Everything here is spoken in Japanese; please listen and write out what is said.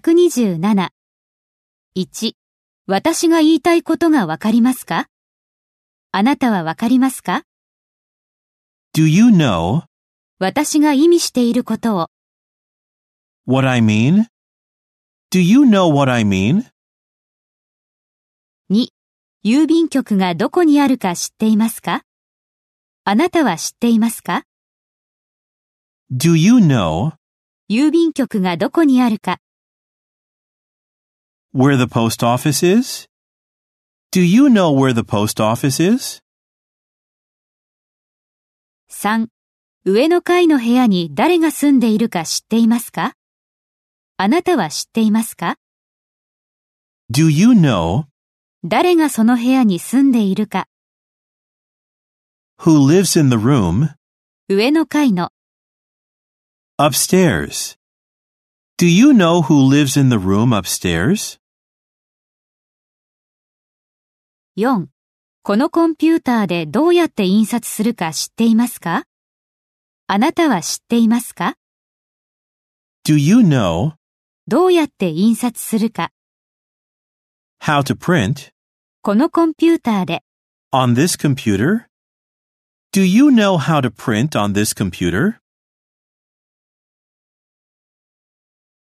127。1、私が言いたいことがわかりますかあなたはわかりますか Do you know 私が意味していることを。 what I mean? Do you know what I mean? 2、郵便局がどこにあるか知っていますかあなたは知っていますか Do you know 郵便局がどこにあるか。 where the post office is? Do you know where the post office is? 3、上の階の部屋に誰が住んでいるか知っていますかあなたは知っていますか Do you know 誰がその部屋に住んでいるか。 who lives in the room 上の階の。 upstairs? Do you know who lives in the room upstairs? 4. このコンピューターでどうやって印刷するか知っていますかあなたは知っていますか Do you know どうやって印刷するか how to print このコンピューターで on this computer? Do you know how to print on this computer?